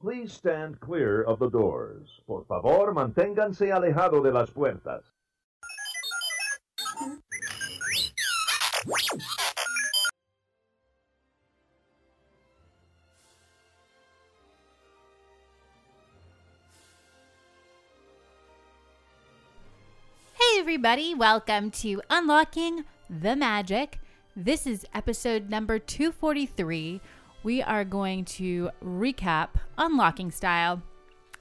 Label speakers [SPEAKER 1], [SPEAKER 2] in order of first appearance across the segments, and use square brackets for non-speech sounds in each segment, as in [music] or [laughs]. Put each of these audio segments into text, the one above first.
[SPEAKER 1] Please stand clear of the doors. Por favor, manténganse alejado de las puertas.
[SPEAKER 2] Hey, everybody, welcome to Unlocking the Magic. This is episode number 243. We are going to recap Unlocking Style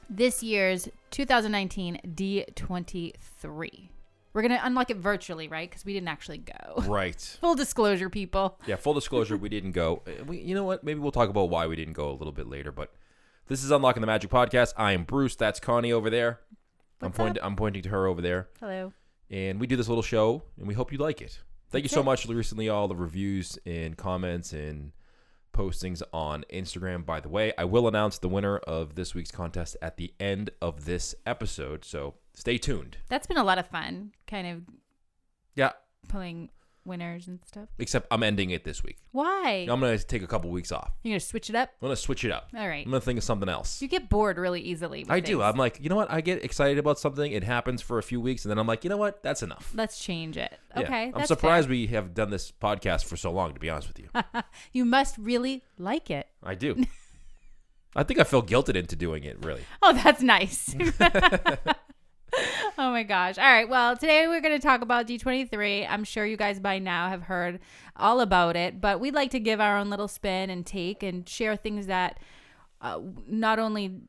[SPEAKER 2] this year's 2019 D23. We're going to unlock it virtually, right? Because we didn't actually go. [laughs]
[SPEAKER 3] Right.
[SPEAKER 2] Full disclosure, people.
[SPEAKER 3] Yeah, full disclosure, we didn't go. Uh, We, you know what? Maybe we'll talk about why we didn't go a little bit later, but this is Unlocking the Magic podcast. I am Bruce. That's Connie over there. I'm
[SPEAKER 2] What's
[SPEAKER 3] pointing I'm pointing to her over there.
[SPEAKER 2] Hello.
[SPEAKER 3] And we do this little show and we hope you like it. Thank you
[SPEAKER 2] That's
[SPEAKER 3] so
[SPEAKER 2] it.
[SPEAKER 3] much recently all the reviews and comments and postings on Instagram by the way. I will announce the winner of this week's contest at the end of this episode, so stay tuned.
[SPEAKER 2] That's been a lot of fun, kind
[SPEAKER 3] Yeah,
[SPEAKER 2] of pulling winners and stuff.
[SPEAKER 3] except I'm ending it this week.
[SPEAKER 2] Why?
[SPEAKER 3] I'm going to take a couple weeks off.
[SPEAKER 2] You're going to switch it up?
[SPEAKER 3] I'm going to switch it up.
[SPEAKER 2] All right.
[SPEAKER 3] I'm going to think of something else.
[SPEAKER 2] You get bored really easily. With
[SPEAKER 3] I do.
[SPEAKER 2] things.
[SPEAKER 3] I'm like, you know what? I get excited about something. It happens for a few weeks, and then I'm like, you know what? That's enough.
[SPEAKER 2] Let's change it.
[SPEAKER 3] Yeah.
[SPEAKER 2] Okay.
[SPEAKER 3] I'm
[SPEAKER 2] that's
[SPEAKER 3] surprised we have done this podcast for so long. To be honest with
[SPEAKER 2] [laughs]
[SPEAKER 3] you,
[SPEAKER 2] fair. you must really like it.
[SPEAKER 3] I do. I think I feel guilted into doing it. Really,
[SPEAKER 2] [laughs] [laughs] Oh, that's [laughs] nice. oh my gosh. All right. Well, today we're going to talk about D23. I'm sure you guys by now have heard all about it, but we'd like to give our own little spin and take and share things that uh, not only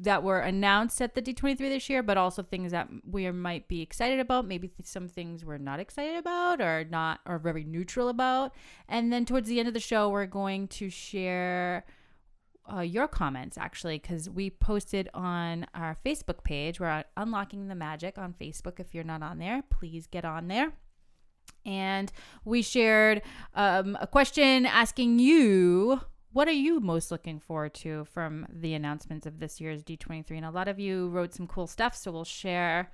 [SPEAKER 2] that were announced at the D23 this year, but also things that we might be excited about, maybe th- some things we're not excited about or not or very neutral about. And then towards the end of the show, we're going to share uh, your comments actually because we posted on our facebook page we're at unlocking the magic on facebook if you're not on there please get on there and we shared um, a question asking you what are you most looking forward to from the announcements of this year's d23 and a lot of you wrote some cool stuff so we'll share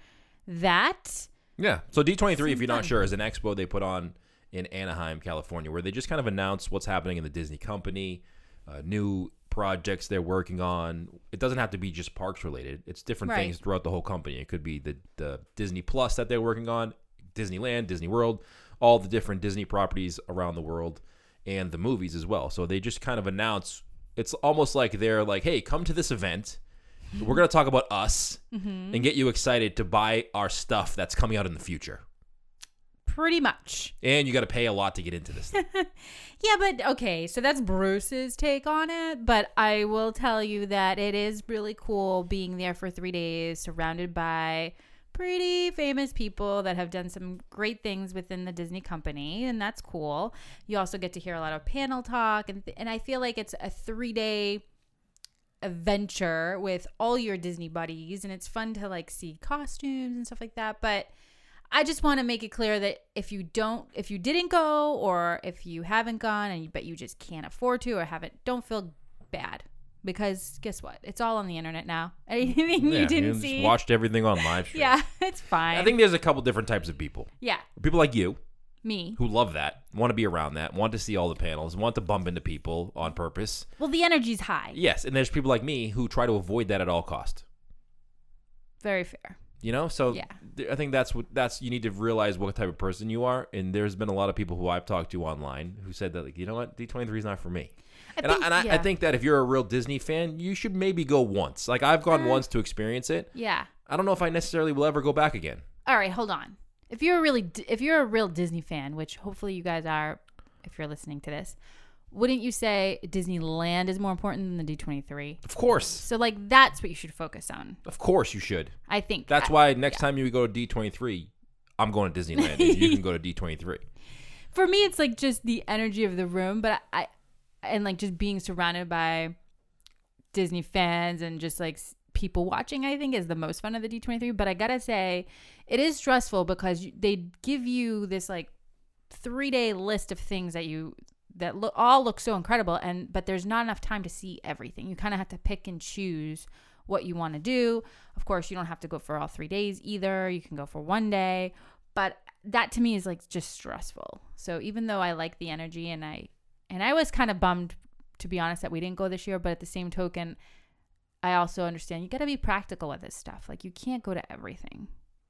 [SPEAKER 2] that
[SPEAKER 3] yeah. So D23, if you're
[SPEAKER 2] fun.
[SPEAKER 3] not sure, is an expo they put on in Anaheim, California, where they just kind of announce what's happening in the Disney company, uh, new projects they're working on. It doesn't have to be just parks related. It's different
[SPEAKER 2] Right.
[SPEAKER 3] things throughout the whole company. It could be the the Disney Plus that they're working on, Disneyland, Disney World, all the different Disney properties around the world, and the movies as well. So they just kind of announce. It's almost like they're like, "Hey, come to this event. We're going to talk about us and get you excited to buy our stuff that's coming out in the future."
[SPEAKER 2] pretty much
[SPEAKER 3] And you got to pay a lot to
[SPEAKER 2] [laughs]
[SPEAKER 3] get into this. Thing.
[SPEAKER 2] Yeah, but okay, so that's Bruce's take on it. But I will tell you that it is really cool being there for three days, surrounded by pretty famous people that have done some great things within the Disney company, and that's cool. You also get to hear a lot of panel talk, and and I feel like it's a three day adventure with all your Disney buddies, and it's fun to like see costumes and stuff like that. But I just want to make it clear that if you don't, if you didn't go, or if you haven't gone, and you, but you just can't afford to or haven't, don't feel bad because guess what? It's all on the internet now. [laughs] Anything
[SPEAKER 3] Mm, Yeah,
[SPEAKER 2] you didn't
[SPEAKER 3] just
[SPEAKER 2] see,
[SPEAKER 3] watched everything on live
[SPEAKER 2] [laughs]
[SPEAKER 3] stream.
[SPEAKER 2] yeah, it's fine.
[SPEAKER 3] I think there's a couple different types of people.
[SPEAKER 2] yeah,
[SPEAKER 3] People like you
[SPEAKER 2] me.
[SPEAKER 3] who love that, want to be around that, want to see all the panels, want to bump into people on purpose.
[SPEAKER 2] Well, the energy's high.
[SPEAKER 3] Yes, and there's people like me who try to avoid that at all cost.
[SPEAKER 2] Very fair.
[SPEAKER 3] You know, so
[SPEAKER 2] Yeah.
[SPEAKER 3] th- I think that's what that's you need to realize what type of person you are. And there's been a lot of people who I've talked to online who said that like, you know what, D23 is not for me. and
[SPEAKER 2] think-
[SPEAKER 3] I, and I, I
[SPEAKER 2] yeah.
[SPEAKER 3] think that if you're a real Disney fan, you should maybe go once. Like I've gone once to experience it.
[SPEAKER 2] Yeah.
[SPEAKER 3] I don't know if I necessarily will ever go back again.
[SPEAKER 2] All right, hold on. If you're a really, if you're a real Disney fan, which hopefully you guys are, if you're listening to this, wouldn't you say Disneyland is more important than the D23?
[SPEAKER 3] Of course,
[SPEAKER 2] So like that's what you should focus on.
[SPEAKER 3] of course you should.
[SPEAKER 2] I think
[SPEAKER 3] That's
[SPEAKER 2] I-
[SPEAKER 3] why next time you go to D23, I'm going to Disneyland. and you can go
[SPEAKER 2] [laughs]
[SPEAKER 3] to D23.
[SPEAKER 2] for me it's like just the energy of the room, but I and like just being surrounded by Disney fans and just like s- people watching I think is the most fun of the D23, but I got to say it is stressful because you, they give you this like three day list of things that you that look all look so incredible and but there's not enough time to see everything you kind of have to pick and choose what you want to do of course you don't have to go for all three days either you can go for one day but that to me is like just stressful so even though i like the energy and i and i was kind of bummed to be honest that we didn't go this year but at the same token I also understand you got to be practical with this stuff. Like you can't go to everything,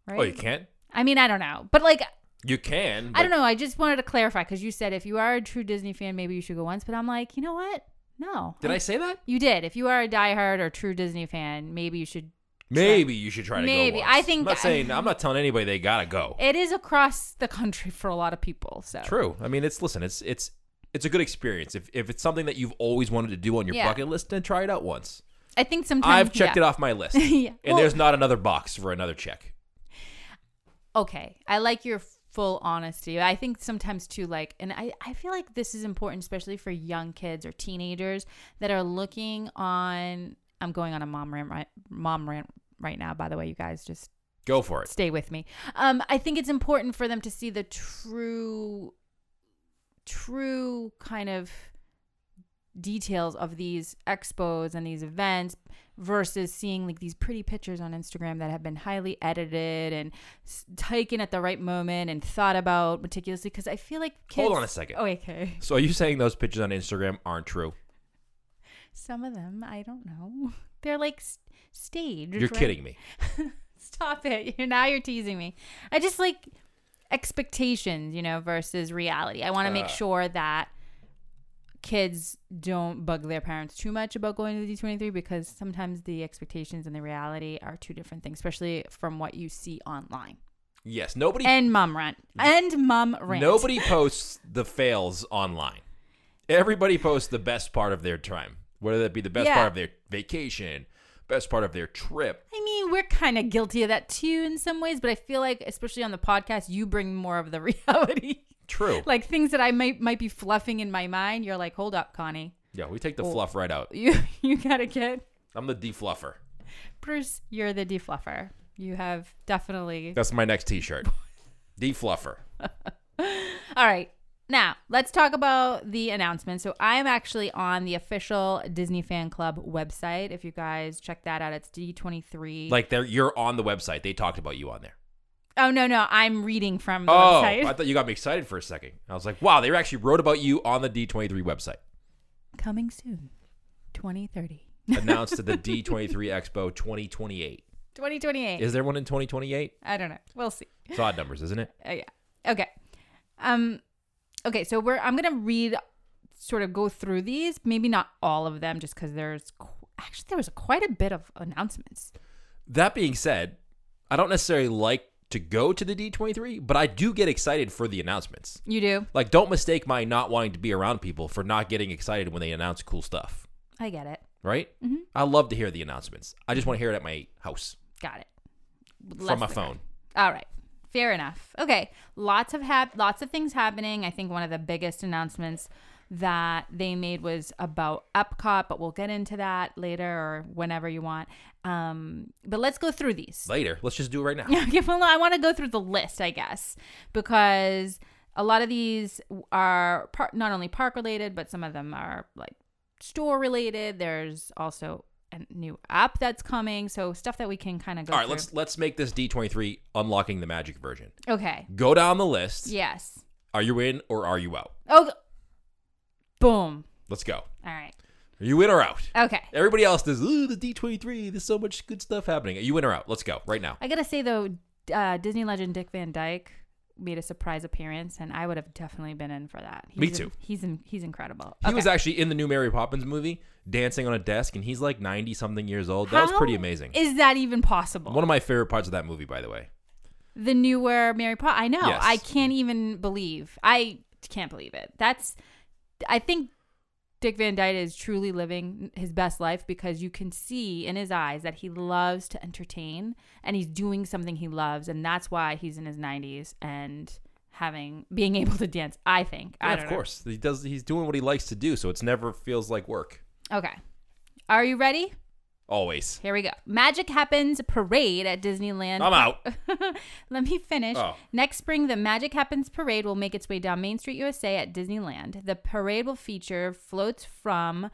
[SPEAKER 2] right?
[SPEAKER 3] Oh, you can't.
[SPEAKER 2] I mean, I don't know, but like
[SPEAKER 3] You can.
[SPEAKER 2] I don't know. I just wanted to clarify because you said if you are a true Disney fan, maybe you should go once. But I'm like, you know what? No.
[SPEAKER 3] Did I say that?
[SPEAKER 2] You did. If you are a diehard or true Disney fan, maybe you should.
[SPEAKER 3] Maybe you should try to
[SPEAKER 2] Maybe.
[SPEAKER 3] go.
[SPEAKER 2] I
[SPEAKER 3] once.
[SPEAKER 2] think-
[SPEAKER 3] I'm not saying I'm not telling anybody they gotta go.
[SPEAKER 2] It is across the country for a lot of people. So
[SPEAKER 3] Oh. True. I mean, it's listen. It's it's it's a good experience. If if it's something that you've always wanted to do on your
[SPEAKER 2] Yeah.
[SPEAKER 3] bucket list, then try it out once.
[SPEAKER 2] I think sometimes
[SPEAKER 3] I've checked it
[SPEAKER 2] [laughs]
[SPEAKER 3] off my list,
[SPEAKER 2] Yeah.
[SPEAKER 3] and
[SPEAKER 2] Well-
[SPEAKER 3] there's not another box for another check.
[SPEAKER 2] okay i like your full honesty i think sometimes too like and I, I feel like this is important especially for young kids or teenagers that are looking on i'm going on a mom rant right mom rant right now by the way you guys just
[SPEAKER 3] Go for it.
[SPEAKER 2] stay with me um i think it's important for them to see the true true kind of details of these expos and these events versus seeing like these pretty pictures on Instagram that have been highly edited and s- taken at the right moment and thought about meticulously because I feel like kids
[SPEAKER 3] Hold on a second.
[SPEAKER 2] Oh, okay. [laughs]
[SPEAKER 3] So are you saying those pictures on Instagram aren't true?
[SPEAKER 2] Some of them, I don't know. They're like s staged.
[SPEAKER 3] You're
[SPEAKER 2] right?
[SPEAKER 3] kidding me.
[SPEAKER 2] Stop it. [laughs] You're now you're teasing me. I just like expectations, you know, versus reality. I want to
[SPEAKER 3] Uh.
[SPEAKER 2] make sure that kids don't bug their parents too much about going to the D23 because sometimes the expectations and the reality are two different things, especially from what you see online.
[SPEAKER 3] Yes. Nobody.
[SPEAKER 2] And mom rant. And mom rant.
[SPEAKER 3] Nobody posts the fails online. Everybody posts the best part of their time, whether that be the best
[SPEAKER 2] Yeah.
[SPEAKER 3] part of their vacation, best part of their trip.
[SPEAKER 2] I mean, we're kind of guilty of that too in some ways, but I feel like, especially on the podcast, you bring more of the [laughs] reality.
[SPEAKER 3] True.
[SPEAKER 2] like things that I might might be fluffing in my mind. You're like, hold up, Connie.
[SPEAKER 3] yeah, we take the fluff right out.
[SPEAKER 2] You [laughs] you gotta get
[SPEAKER 3] I'm the defluffer.
[SPEAKER 2] Bruce. You're the defluffer. You have definitely.
[SPEAKER 3] That's my next
[SPEAKER 2] [laughs]
[SPEAKER 3] T-shirt. Defluffer.
[SPEAKER 2] All right. Now let's talk about the announcement. So I'm actually on the official Disney Fan Club website. If you guys check that out, it's D23.
[SPEAKER 3] Like they're you're on the website. They talked about you on there.
[SPEAKER 2] oh no no, I'm reading from the
[SPEAKER 3] Oh,
[SPEAKER 2] website.
[SPEAKER 3] I thought you got me excited for a second. I was like, wow, they actually wrote about you on the D23 website.
[SPEAKER 2] [laughs] Coming soon, 2030,
[SPEAKER 3] Announced at the D23
[SPEAKER 2] [laughs]
[SPEAKER 3] Expo 2028.
[SPEAKER 2] 2028.
[SPEAKER 3] Is there one in 2028?
[SPEAKER 2] I don't know. We'll see.
[SPEAKER 3] It's odd numbers, isn't it?
[SPEAKER 2] Uh, yeah. Okay. Um okay, so we're I'm going to read sort of go through these, maybe not all of them just cuz there's qu- actually there was quite a bit of announcements.
[SPEAKER 3] That being said, I don't necessarily like to go to the D23, but I do get excited for the announcements.
[SPEAKER 2] You do?
[SPEAKER 3] Like, don't mistake my not wanting to be around people for not getting excited when they announce cool stuff,
[SPEAKER 2] I get it.
[SPEAKER 3] right?
[SPEAKER 2] Mm-hmm.
[SPEAKER 3] I love to hear the announcements. I just want to hear it at my house
[SPEAKER 2] Got it.
[SPEAKER 3] from
[SPEAKER 2] Less
[SPEAKER 3] my
[SPEAKER 2] than-
[SPEAKER 3] phone.
[SPEAKER 2] All right. Fair enough. Okay. Lots of hap- lots of things happening. I think one of the biggest announcements that they made was about Epcot, but we'll get into that later or whenever you want. Um, but let's go through these.
[SPEAKER 3] Later. Let's just do it right now.
[SPEAKER 2] [laughs] Yeah, okay, well, I want to go through the list, I guess, because a lot of these are par- not only park related, but some of them are like store related. There's also a new app that's coming, so stuff that we can kind of go.
[SPEAKER 3] All right,
[SPEAKER 2] through.
[SPEAKER 3] let's let's make this D23 unlocking the magic version.
[SPEAKER 2] Okay.
[SPEAKER 3] Go down the list.
[SPEAKER 2] Yes.
[SPEAKER 3] Are you in or are you out?
[SPEAKER 2] Oh. Boom.
[SPEAKER 3] Let's go.
[SPEAKER 2] All right.
[SPEAKER 3] Are you in or out?
[SPEAKER 2] Okay.
[SPEAKER 3] Everybody else does. Ooh, the D23. There's so much good stuff happening. Are you in or out? Let's go right now.
[SPEAKER 2] I gotta say though, uh, Disney legend Dick Van Dyke made a surprise appearance, and I would have definitely been in for that.
[SPEAKER 3] Me
[SPEAKER 2] He's-
[SPEAKER 3] too.
[SPEAKER 2] he's in, he's incredible.
[SPEAKER 3] He
[SPEAKER 2] Okay.
[SPEAKER 3] was actually in the new Mary Poppins movie, dancing on a desk, and he's like 90 something years old. That was
[SPEAKER 2] How
[SPEAKER 3] pretty amazing.
[SPEAKER 2] Is that even possible?
[SPEAKER 3] One of my favorite parts of that movie, by the way.
[SPEAKER 2] the newer Mary Poppins. I know.
[SPEAKER 3] Yes.
[SPEAKER 2] I can't even believe. I can't believe it. That's. I think Dick Van Dyke is truly living his best life because you can see in his eyes that he loves to entertain and he's doing something he loves, and that's why he's in his nineties and having being [laughs] able to dance. I think. I
[SPEAKER 3] Yeah,
[SPEAKER 2] don't
[SPEAKER 3] of
[SPEAKER 2] know.
[SPEAKER 3] course. He does he's doing what he likes to do, so it's never feels like work.
[SPEAKER 2] Okay. Are you ready?
[SPEAKER 3] Always.
[SPEAKER 2] Here we go. Magic Happens Parade at Disneyland.
[SPEAKER 3] I'm out.
[SPEAKER 2] [laughs] Let me finish.
[SPEAKER 3] Oh.
[SPEAKER 2] Next spring, the Magic Happens Parade will make its way down Main Street, USA at Disneyland. The parade will feature floats from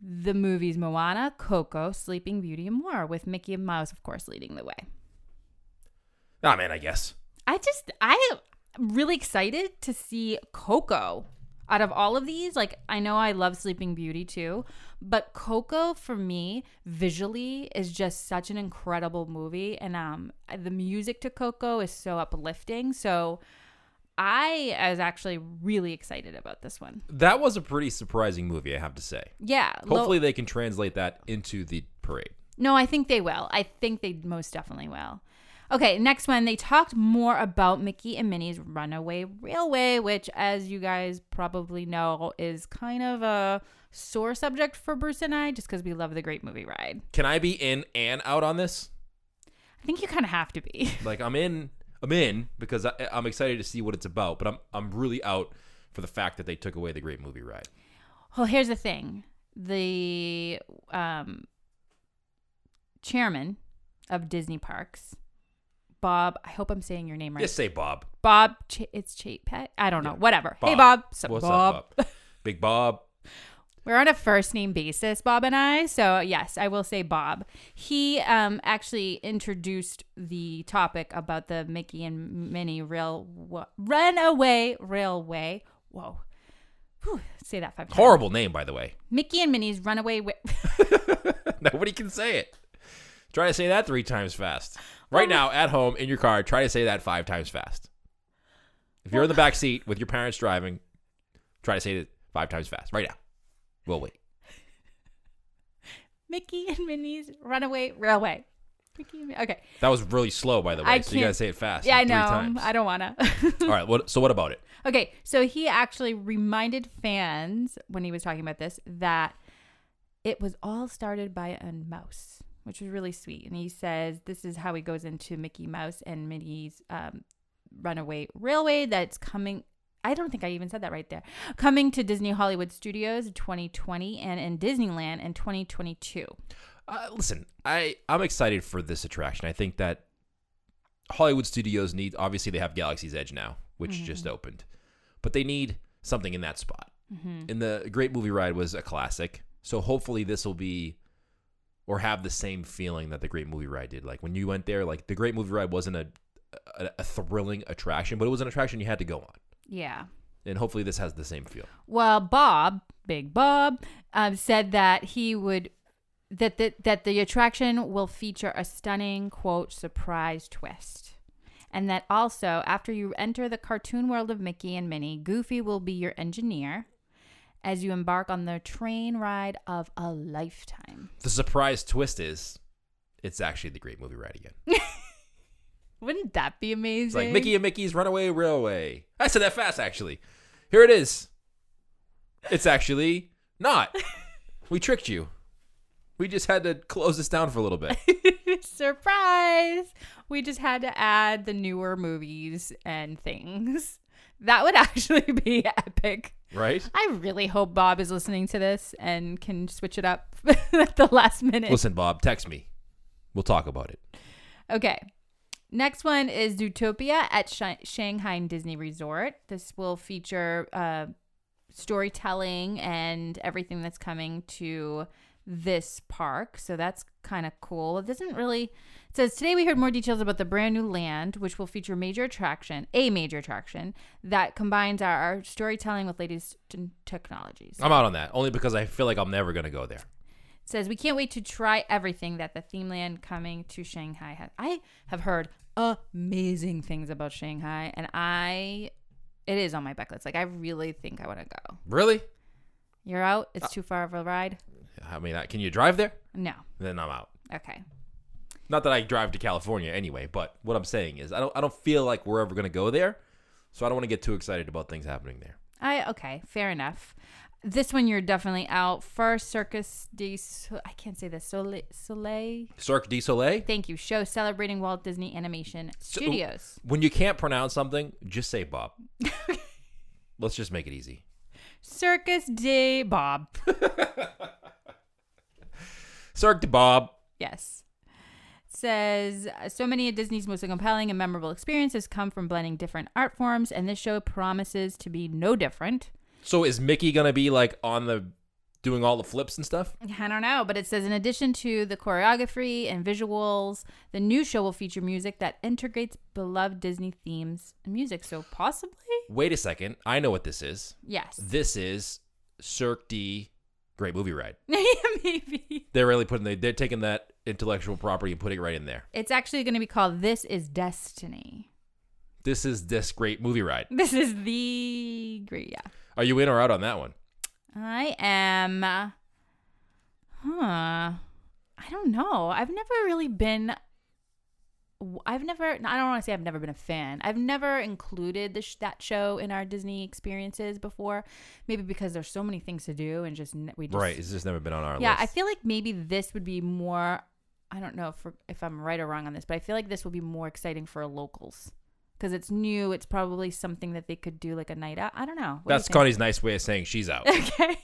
[SPEAKER 2] the movies Moana, Coco, Sleeping Beauty, and more, with Mickey and Mouse, of course, leading the way.
[SPEAKER 3] Ah man, I guess.
[SPEAKER 2] I just, I am really excited to see Coco. out of all of these, like I know I love Sleeping Beauty too, but Coco for me visually is just such an incredible movie, and um, the music to Coco is so uplifting. So I was actually really excited about this one.
[SPEAKER 3] That was a pretty surprising movie, I have to say.
[SPEAKER 2] Yeah, lo-
[SPEAKER 3] Hopefully, they can translate that into the parade.
[SPEAKER 2] No, I think they will. I think they most definitely will. Okay, next one. They talked more about Mickey and Minnie's Runaway Railway, which, as you guys probably know, is kind of a sore subject for Bruce and I just because we love the great movie ride.
[SPEAKER 3] Can I be in and out on this?
[SPEAKER 2] I think you kind of have to be. [laughs]
[SPEAKER 3] Like, I'm in, I'm in because I, I'm excited to see what it's about, but I'm I'm really out for the fact that they took away the great movie ride.
[SPEAKER 2] Well, here's the thing the um, chairman of Disney Parks, Bob, I hope I'm saying your name right.
[SPEAKER 3] Just say Bob.
[SPEAKER 2] Bob, Ch- it's Chate Pet. I don't know. Whatever. Hey,
[SPEAKER 3] Bob.
[SPEAKER 2] Bob. So
[SPEAKER 3] What's
[SPEAKER 2] Bob.
[SPEAKER 3] up, Bob? Big Bob.
[SPEAKER 2] We're on a first name basis, Bob and I. So yes, I will say Bob. He um, actually introduced the topic about the Mickey and Minnie rail runaway railway. Whoa. Whew, say that five times.
[SPEAKER 3] Horrible name, by the way. [laughs]
[SPEAKER 2] Mickey and Minnie's runaway. Wi-
[SPEAKER 3] Nobody can say it. Try to say that three times fast. Right now, at home, in your car, try to say that five times fast. If you're in the back seat with your parents driving, try to say it five times fast. Right now. We'll wait.
[SPEAKER 2] [laughs] Mickey and Minnie's runaway railway. Mickey and Min- okay.
[SPEAKER 3] That was really slow, by the way.
[SPEAKER 2] I
[SPEAKER 3] so you
[SPEAKER 2] can't-
[SPEAKER 3] gotta say it fast.
[SPEAKER 2] Yeah, I
[SPEAKER 3] like three
[SPEAKER 2] know.
[SPEAKER 3] times.
[SPEAKER 2] I don't wanna. [laughs]
[SPEAKER 3] All right. What, so what about it?
[SPEAKER 2] Okay, so he actually reminded fans when he was talking about this that it was all started by a mouse, which was really sweet. And he says this is how he goes into Mickey Mouse and Minnie's um, Runaway Railway that's coming. I don't think I even said that right there. Coming to Disney Hollywood Studios in 2020 and in Disneyland in 2022.
[SPEAKER 3] Uh, listen, I I'm excited for this attraction. I think that Hollywood studios need obviously they have Galaxy's Edge now, which just opened, but they need something in that spot. And the Great Movie Ride was a classic, so hopefully this will be or have the same feeling that the Great Movie Ride did. Like when you went there, like the Great Movie Ride wasn't a a, a thrilling attraction, but it was an attraction you had to go on.
[SPEAKER 2] Yeah.
[SPEAKER 3] And hopefully this has the same feel.
[SPEAKER 2] Well, Bob, Big Bob, um, said that he would that the, that the attraction will feature a stunning quote surprise twist. And that also, after you enter the cartoon world of Mickey and Minnie, Goofy will be your engineer as you embark on the train ride of a lifetime.
[SPEAKER 3] The surprise twist is it's actually the Great Movie Ride again.
[SPEAKER 2] Wouldn't that be
[SPEAKER 3] It's
[SPEAKER 2] amazing? [laughs]
[SPEAKER 3] like Mickey and Mickey's Runaway Railway. I said that fast, actually. Here it is. It's actually not. We tricked you. We just had to close this down for a little bit.
[SPEAKER 2] Surprise! We just had to add the newer movies and things. [laughs] That would actually be epic.
[SPEAKER 3] Right?
[SPEAKER 2] I really hope Bob is listening to this and can switch it up [laughs] at the last minute.
[SPEAKER 3] Listen, Bob, text me. We'll talk about it.
[SPEAKER 2] Okay. Next one is Zootopia at Shi Shanghai Disney Resort. This will feature uh, storytelling and everything that's coming to this park. So that's kind of cool. It doesn't really it says today we heard more details about the brand new land, which will feature major attraction, a major attraction that combines our, our storytelling with latest t- technologies.
[SPEAKER 3] I'm out on that, only because I feel like I'm never going to go there.
[SPEAKER 2] says we can't wait to try everything that the theme land coming to Shanghai has. I have heard amazing things about Shanghai, and I it is on my bucket list. Like I really think I want to go.
[SPEAKER 3] Really?
[SPEAKER 2] You're out. It's too far of a ride.
[SPEAKER 3] I mean, I- can you drive there?
[SPEAKER 2] No.
[SPEAKER 3] Then I'm out.
[SPEAKER 2] Okay.
[SPEAKER 3] Not that I drive to California anyway, but what I'm saying is I don't I don't feel like we're ever going to go there. So I don't want to get too excited about things happening there.
[SPEAKER 2] I okay. Fair enough. This one you're definitely out. First Circus de Sol- I can't say this. Soleil. Soleil.
[SPEAKER 3] Cirque du Soleil?
[SPEAKER 2] Thank you. Show celebrating Walt Disney Animation Studios.
[SPEAKER 3] When you can't pronounce something, just
[SPEAKER 2] [laughs]
[SPEAKER 3] say Bob. Let's just make it easy.
[SPEAKER 2] Circus de Bob.
[SPEAKER 3] Cirque de Bob.
[SPEAKER 2] Yes. Says uh, so many of Disney's most compelling and memorable experiences come from blending different art forms, and this show promises to be no different.
[SPEAKER 3] So is Mickey gonna be like on the doing all the flips and stuff?
[SPEAKER 2] [laughs] I don't know, but it says in addition to the choreography and visuals, the new show will feature music that integrates beloved Disney themes and music. So possibly
[SPEAKER 3] wait a second, I know what this is.
[SPEAKER 2] Yes.
[SPEAKER 3] This is Cirque D Great Movie Ride.
[SPEAKER 2] [laughs] Maybe.
[SPEAKER 3] They're really putting they, they're taking that intellectual property and putting it right in there.
[SPEAKER 2] It's actually going to be called This is Destiny.
[SPEAKER 3] This is this great movie ride.
[SPEAKER 2] This is the great. Yeah.
[SPEAKER 3] Are you in or out on that one?
[SPEAKER 2] I am. uh, Huh. I don't know. I've never really been. w- I've never. I don't want to say I've never been a fan. I've never included the sh- that show in our Disney experiences before. Maybe because there's so many things to do and just n- we just
[SPEAKER 3] right, it's just never been on our
[SPEAKER 2] yeah,
[SPEAKER 3] list.
[SPEAKER 2] I feel like maybe this would be more. I don't know if if I'm right or wrong on this, but I feel like this would be more exciting for locals because it's new. It's probably something that they could do like a night out. I don't know. What do you
[SPEAKER 3] That's
[SPEAKER 2] think?
[SPEAKER 3] Connie's nice way of saying she's
[SPEAKER 2] [laughs]
[SPEAKER 3] out.
[SPEAKER 2] Okay.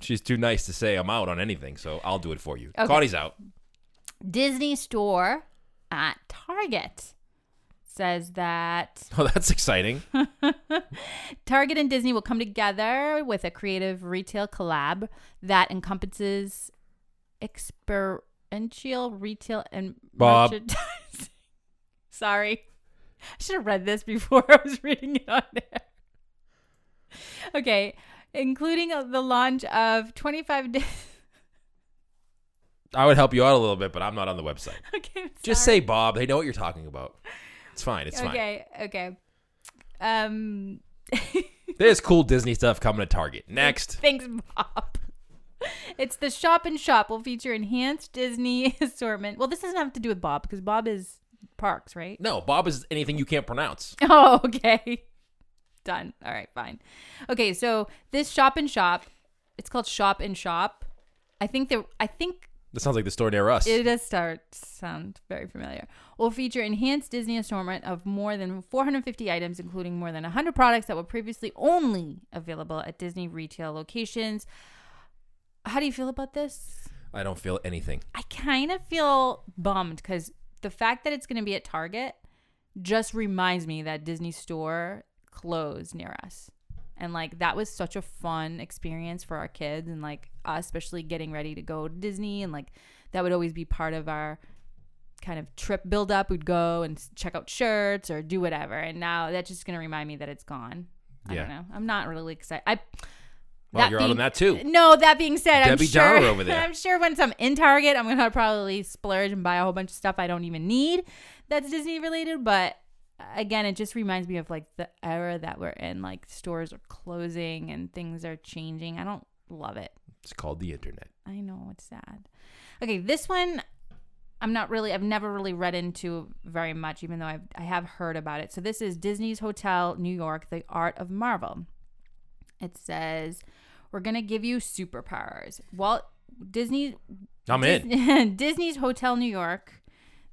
[SPEAKER 3] she's too nice to say I'm out on anything, so I'll do it for you.
[SPEAKER 2] Okay.
[SPEAKER 3] Connie's out. [laughs]
[SPEAKER 2] Disney store at Target says that [laughs]
[SPEAKER 3] Oh, that's exciting.
[SPEAKER 2] Target and Disney will come together with a creative retail collab that encompasses experiential retail and
[SPEAKER 3] Bob.
[SPEAKER 2] merchandising. [laughs] Sorry. I should have read this before [laughs] I was reading it on there. Okay. Including the launch of 25 [laughs] days.
[SPEAKER 3] I would help you out a little bit, but I'm not on
[SPEAKER 2] [laughs]
[SPEAKER 3] the website.
[SPEAKER 2] okay. I'm
[SPEAKER 3] Just
[SPEAKER 2] sorry.
[SPEAKER 3] say Bob. They know what you're talking about. It's fine. It's fine.
[SPEAKER 2] Okay. Okay. Um,
[SPEAKER 3] There's cool Disney stuff coming to Target. Next.
[SPEAKER 2] Thanks, Bob. It's the shop and shop will feature enhanced Disney [laughs] assortment. Well, this doesn't have to do with Bob because Bob is parks, right? [laughs]
[SPEAKER 3] No, Bob is anything you can't pronounce.
[SPEAKER 2] Oh, okay. Done. All right, fine. Okay, so this shop and shop, it's called Shop and Shop. I think there I think
[SPEAKER 3] That sounds like the store near us.
[SPEAKER 2] it does start sound very familiar. Will feature enhanced Disney assortment of more than 450 items, including more than 100 products that were previously only available at Disney retail locations. How do you feel about this?
[SPEAKER 3] I don't feel anything.
[SPEAKER 2] I kind of feel bummed because the fact that it's going to be at Target just reminds me that Disney store closed near us. And like that was such a fun experience for our kids and like us, especially getting ready to go to Disney. And like that would always be part of our kind of trip build up. We'd go and s- check out shirts or do whatever. And now that's just going to remind me that it's gone. I
[SPEAKER 3] Yeah.
[SPEAKER 2] don't know. I'm not really excited. I
[SPEAKER 3] Well, you're out on that too.
[SPEAKER 2] no, that being said,
[SPEAKER 3] Debbie
[SPEAKER 2] I'm sure
[SPEAKER 3] Downer over
[SPEAKER 2] [laughs]
[SPEAKER 3] there.
[SPEAKER 2] I'm sure once I'm in Target, I'm gonna probably splurge and buy a whole bunch of stuff I don't even need that's Disney related. But uh, again, it just reminds me of like the era that we're in. Like stores are closing and things are changing. I don't love it.
[SPEAKER 3] It's called the internet.
[SPEAKER 2] I know it's sad. Okay, this one I'm not really I've never really read into very much even though I've, I have heard about it. So this is Disney's Hotel New York: The Art of Marvel. It says we're going to give you superpowers. Walt Disney
[SPEAKER 3] I'm
[SPEAKER 2] [laughs]
[SPEAKER 3] in.
[SPEAKER 2] Disney's Hotel New York,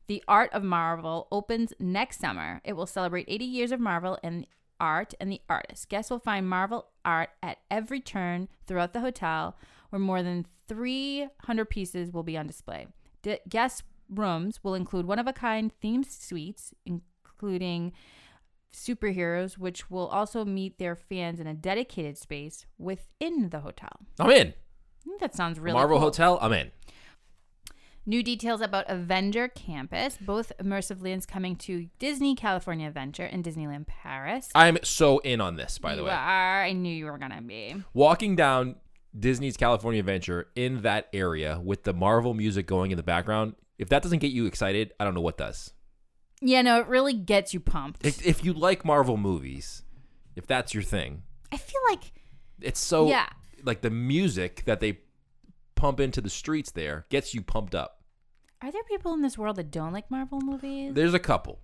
[SPEAKER 2] The Art of Marvel, opens next summer. It will celebrate 80 years of Marvel and art and the artists. Guests will find Marvel art at every turn throughout the hotel, where more than 300 pieces will be on display. D- guest rooms will include one of a kind themed suites, including superheroes, which will also meet their fans in a dedicated space within the hotel.
[SPEAKER 3] I'm in.
[SPEAKER 2] I think that sounds really
[SPEAKER 3] Marvel
[SPEAKER 2] cool.
[SPEAKER 3] Hotel, I'm in.
[SPEAKER 2] New details about Avenger Campus, both immersive lands coming to Disney California Adventure and Disneyland Paris.
[SPEAKER 3] I'm so in on this, by the
[SPEAKER 2] you
[SPEAKER 3] way.
[SPEAKER 2] are. I knew you were gonna be.
[SPEAKER 3] Walking down Disney's California Adventure in that area with the Marvel music going in the background, if that doesn't get you excited, I don't know what does.
[SPEAKER 2] Yeah, no, it really gets you pumped.
[SPEAKER 3] If, if you like Marvel movies, if that's your thing,
[SPEAKER 2] I feel like
[SPEAKER 3] it's so
[SPEAKER 2] Yeah.
[SPEAKER 3] like the music that they pump into the streets there gets you pumped up.
[SPEAKER 2] are there people in this world that don't like Marvel movies?
[SPEAKER 3] There's a couple.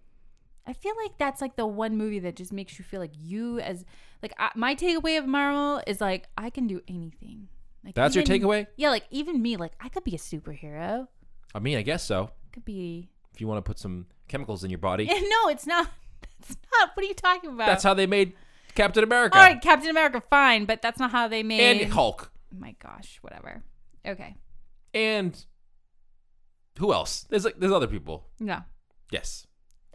[SPEAKER 2] I feel like that's like the one movie that just makes you feel like you as like I, my takeaway of Marvel is like I can do anything. Like
[SPEAKER 3] That's your takeaway?
[SPEAKER 2] Yeah, like even me, like I could be a superhero.
[SPEAKER 3] I mean, I guess so.
[SPEAKER 2] Could be
[SPEAKER 3] If you want to put some chemicals in your
[SPEAKER 2] [laughs]
[SPEAKER 3] body,
[SPEAKER 2] no, it's not. That's not. What are you talking about?
[SPEAKER 3] [laughs] that's how they made Captain America
[SPEAKER 2] All right, Captain America, fine, but that's not how they made. Oh
[SPEAKER 3] and Hulk
[SPEAKER 2] My gosh, whatever. Okay,
[SPEAKER 3] and who else? There's like there's other people.
[SPEAKER 2] no,
[SPEAKER 3] Yes.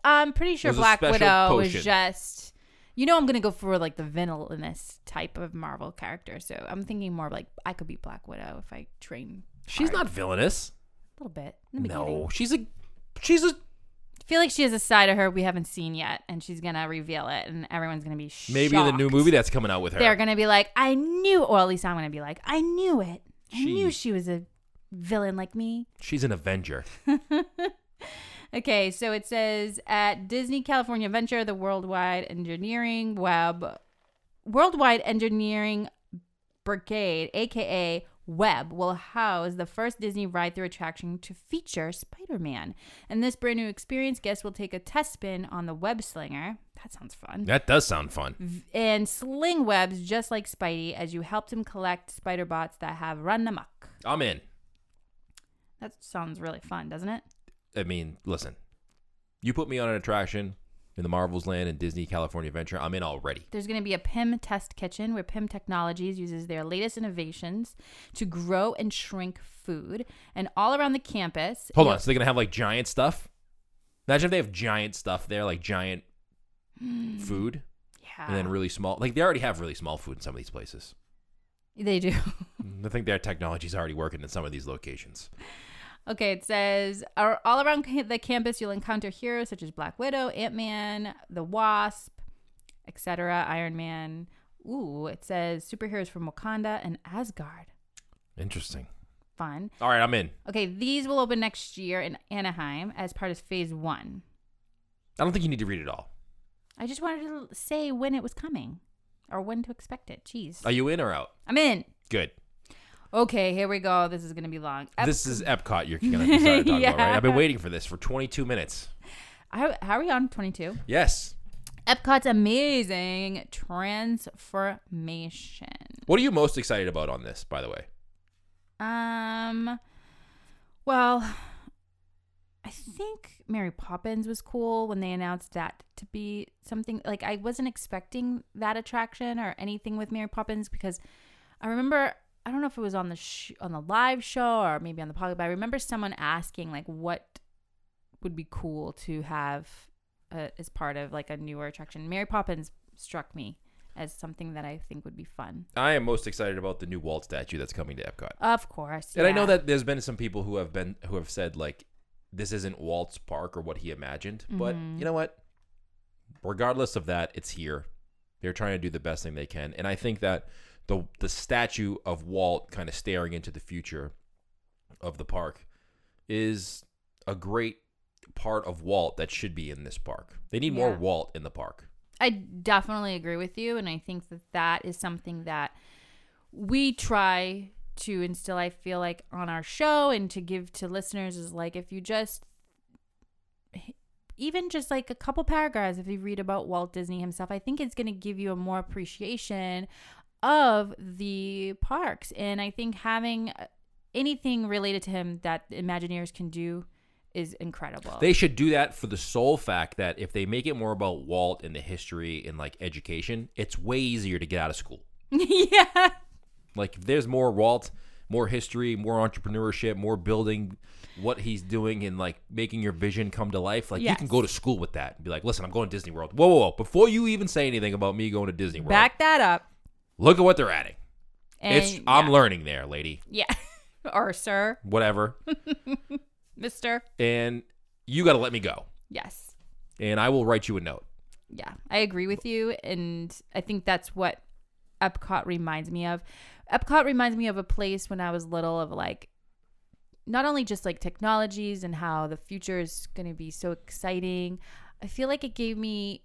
[SPEAKER 2] I'm pretty sure
[SPEAKER 3] It was a
[SPEAKER 2] Black
[SPEAKER 3] special
[SPEAKER 2] Widow
[SPEAKER 3] potion.
[SPEAKER 2] was just. You know, I'm gonna go for like the villainous type of Marvel character, so I'm thinking more like I could be Black Widow if I train
[SPEAKER 3] She's
[SPEAKER 2] hard.
[SPEAKER 3] not villainous.
[SPEAKER 2] a little bit. In the
[SPEAKER 3] No,
[SPEAKER 2] beginning.
[SPEAKER 3] she's a she's a
[SPEAKER 2] feel like she has a side of her we haven't seen yet, and she's gonna reveal it, and everyone's gonna be shocked.
[SPEAKER 3] Maybe the new movie that's coming out with her.
[SPEAKER 2] They're gonna be like, I knew, or at least I'm gonna be like, I knew it. I knew
[SPEAKER 3] Jeez.
[SPEAKER 2] she was a villain like me.
[SPEAKER 3] She's an Avenger.
[SPEAKER 2] Okay, so it says at Disney California Venture, the Worldwide Engineering Web, Worldwide Engineering Brigade, aka Web, will house the first Disney ride through attraction to feature Spider Man. And this brand new experience, guests will take a test spin on the Web Slinger. That sounds fun.
[SPEAKER 3] That does sound fun.
[SPEAKER 2] And sling webs just like Spidey as you helped him collect spider bots that have run amok.
[SPEAKER 3] I'm in.
[SPEAKER 2] That sounds really fun, doesn't it?
[SPEAKER 3] I mean, listen, you put me on an attraction in the Marvel's Land and Disney California Adventure. I'm in already.
[SPEAKER 2] There's going to be a PIM test kitchen where PIM Technologies uses their latest innovations to grow and shrink food. And all around the campus.
[SPEAKER 3] Hold on. So they're gonna have like giant stuff. Imagine if they have giant stuff there, like giant
[SPEAKER 2] Hmm.
[SPEAKER 3] food,
[SPEAKER 2] Yeah.
[SPEAKER 3] and then really small. Like they already have really small food in some of these places.
[SPEAKER 2] they do. [laughs]
[SPEAKER 3] I think their technology's already working in some of these locations.
[SPEAKER 2] okay, it says "Ar- all around ca- the campus you'll encounter heroes such as Black Widow, Ant Man, the Wasp, etc., Iron Man. Ooh, it says superheroes from Wakanda and Asgard.
[SPEAKER 3] Interesting.
[SPEAKER 2] Fun.
[SPEAKER 3] All right, I'm in.
[SPEAKER 2] Okay, these will open next year in Anaheim as part of phase one.
[SPEAKER 3] I don't think you need to read it all.
[SPEAKER 2] I just wanted to say when it was coming or when to expect it. Jeez.
[SPEAKER 3] Are you in or out?
[SPEAKER 2] I'm in.
[SPEAKER 3] Good.
[SPEAKER 2] Okay, here we go. This is going to be long. Ep-
[SPEAKER 3] this is Epcot. You're
[SPEAKER 2] [laughs]
[SPEAKER 3] gonna be started talking about, right?
[SPEAKER 2] Yeah.
[SPEAKER 3] I've been waiting for this for 22 minutes.
[SPEAKER 2] how, how are we on 22?
[SPEAKER 3] Yes.
[SPEAKER 2] Epcot's amazing transformation.
[SPEAKER 3] What are you most excited about on this, by the way?
[SPEAKER 2] Um, well, I think Mary Poppins was cool when they announced that to be something like I wasn't expecting that attraction or anything with Mary Poppins because I remember I don't know if it was on the sh- on the live show or maybe on the podcast, but I remember someone asking like what would be cool to have uh, as part of like a newer attraction. Mary Poppins struck me as something that I think would be fun.
[SPEAKER 3] I am most excited about the new Walt statue that's coming to Epcot.
[SPEAKER 2] Of course,
[SPEAKER 3] And I know
[SPEAKER 2] yeah.
[SPEAKER 3] that there's been some people who have been who have said like this isn't Walt's park or what he imagined, but
[SPEAKER 2] Mm-hmm.
[SPEAKER 3] you know what? Regardless of that, it's here. They're trying to do the best thing they can, and I think that the the statue of Walt kind of staring into the future of the park is a great part of Walt that should be in this park. They need more
[SPEAKER 2] Yeah.
[SPEAKER 3] Walt in the park.
[SPEAKER 2] I definitely agree with you, and I think that that is something that we try to instill. I feel like on our show and to give to listeners is like if you just even just like a couple paragraphs if you read about Walt Disney himself, I think it's going to give you a more appreciation of the parks, and I think having uh, anything related to him that Imagineers can do is incredible.
[SPEAKER 3] They should do that for the sole fact that if they make it more about Walt and the history and like education, it's way easier to get out of school.
[SPEAKER 2] [laughs] yeah.
[SPEAKER 3] Like if there's more Walt, more history, more entrepreneurship, more building what he's doing and like making your vision come to life. Like you
[SPEAKER 2] Yes.
[SPEAKER 3] can go to school with that and be like, listen, I'm going to Disney World. Whoa, whoa, whoa. Before you even say anything about me going to Disney World,
[SPEAKER 2] Back that up.
[SPEAKER 3] look at what they're adding.
[SPEAKER 2] And
[SPEAKER 3] it's I'm learning there, lady.
[SPEAKER 2] Yeah. [laughs] or sir, [laughs]
[SPEAKER 3] Whatever.
[SPEAKER 2] mister.
[SPEAKER 3] and you gotta let me go.
[SPEAKER 2] Yes.
[SPEAKER 3] And I will write you a note.
[SPEAKER 2] Yeah. I agree with you. And I think that's what Epcot reminds me of. Epcot reminds me of a place when I was little of like, not only just like technologies and how the future is going to be so exciting. I feel like it gave me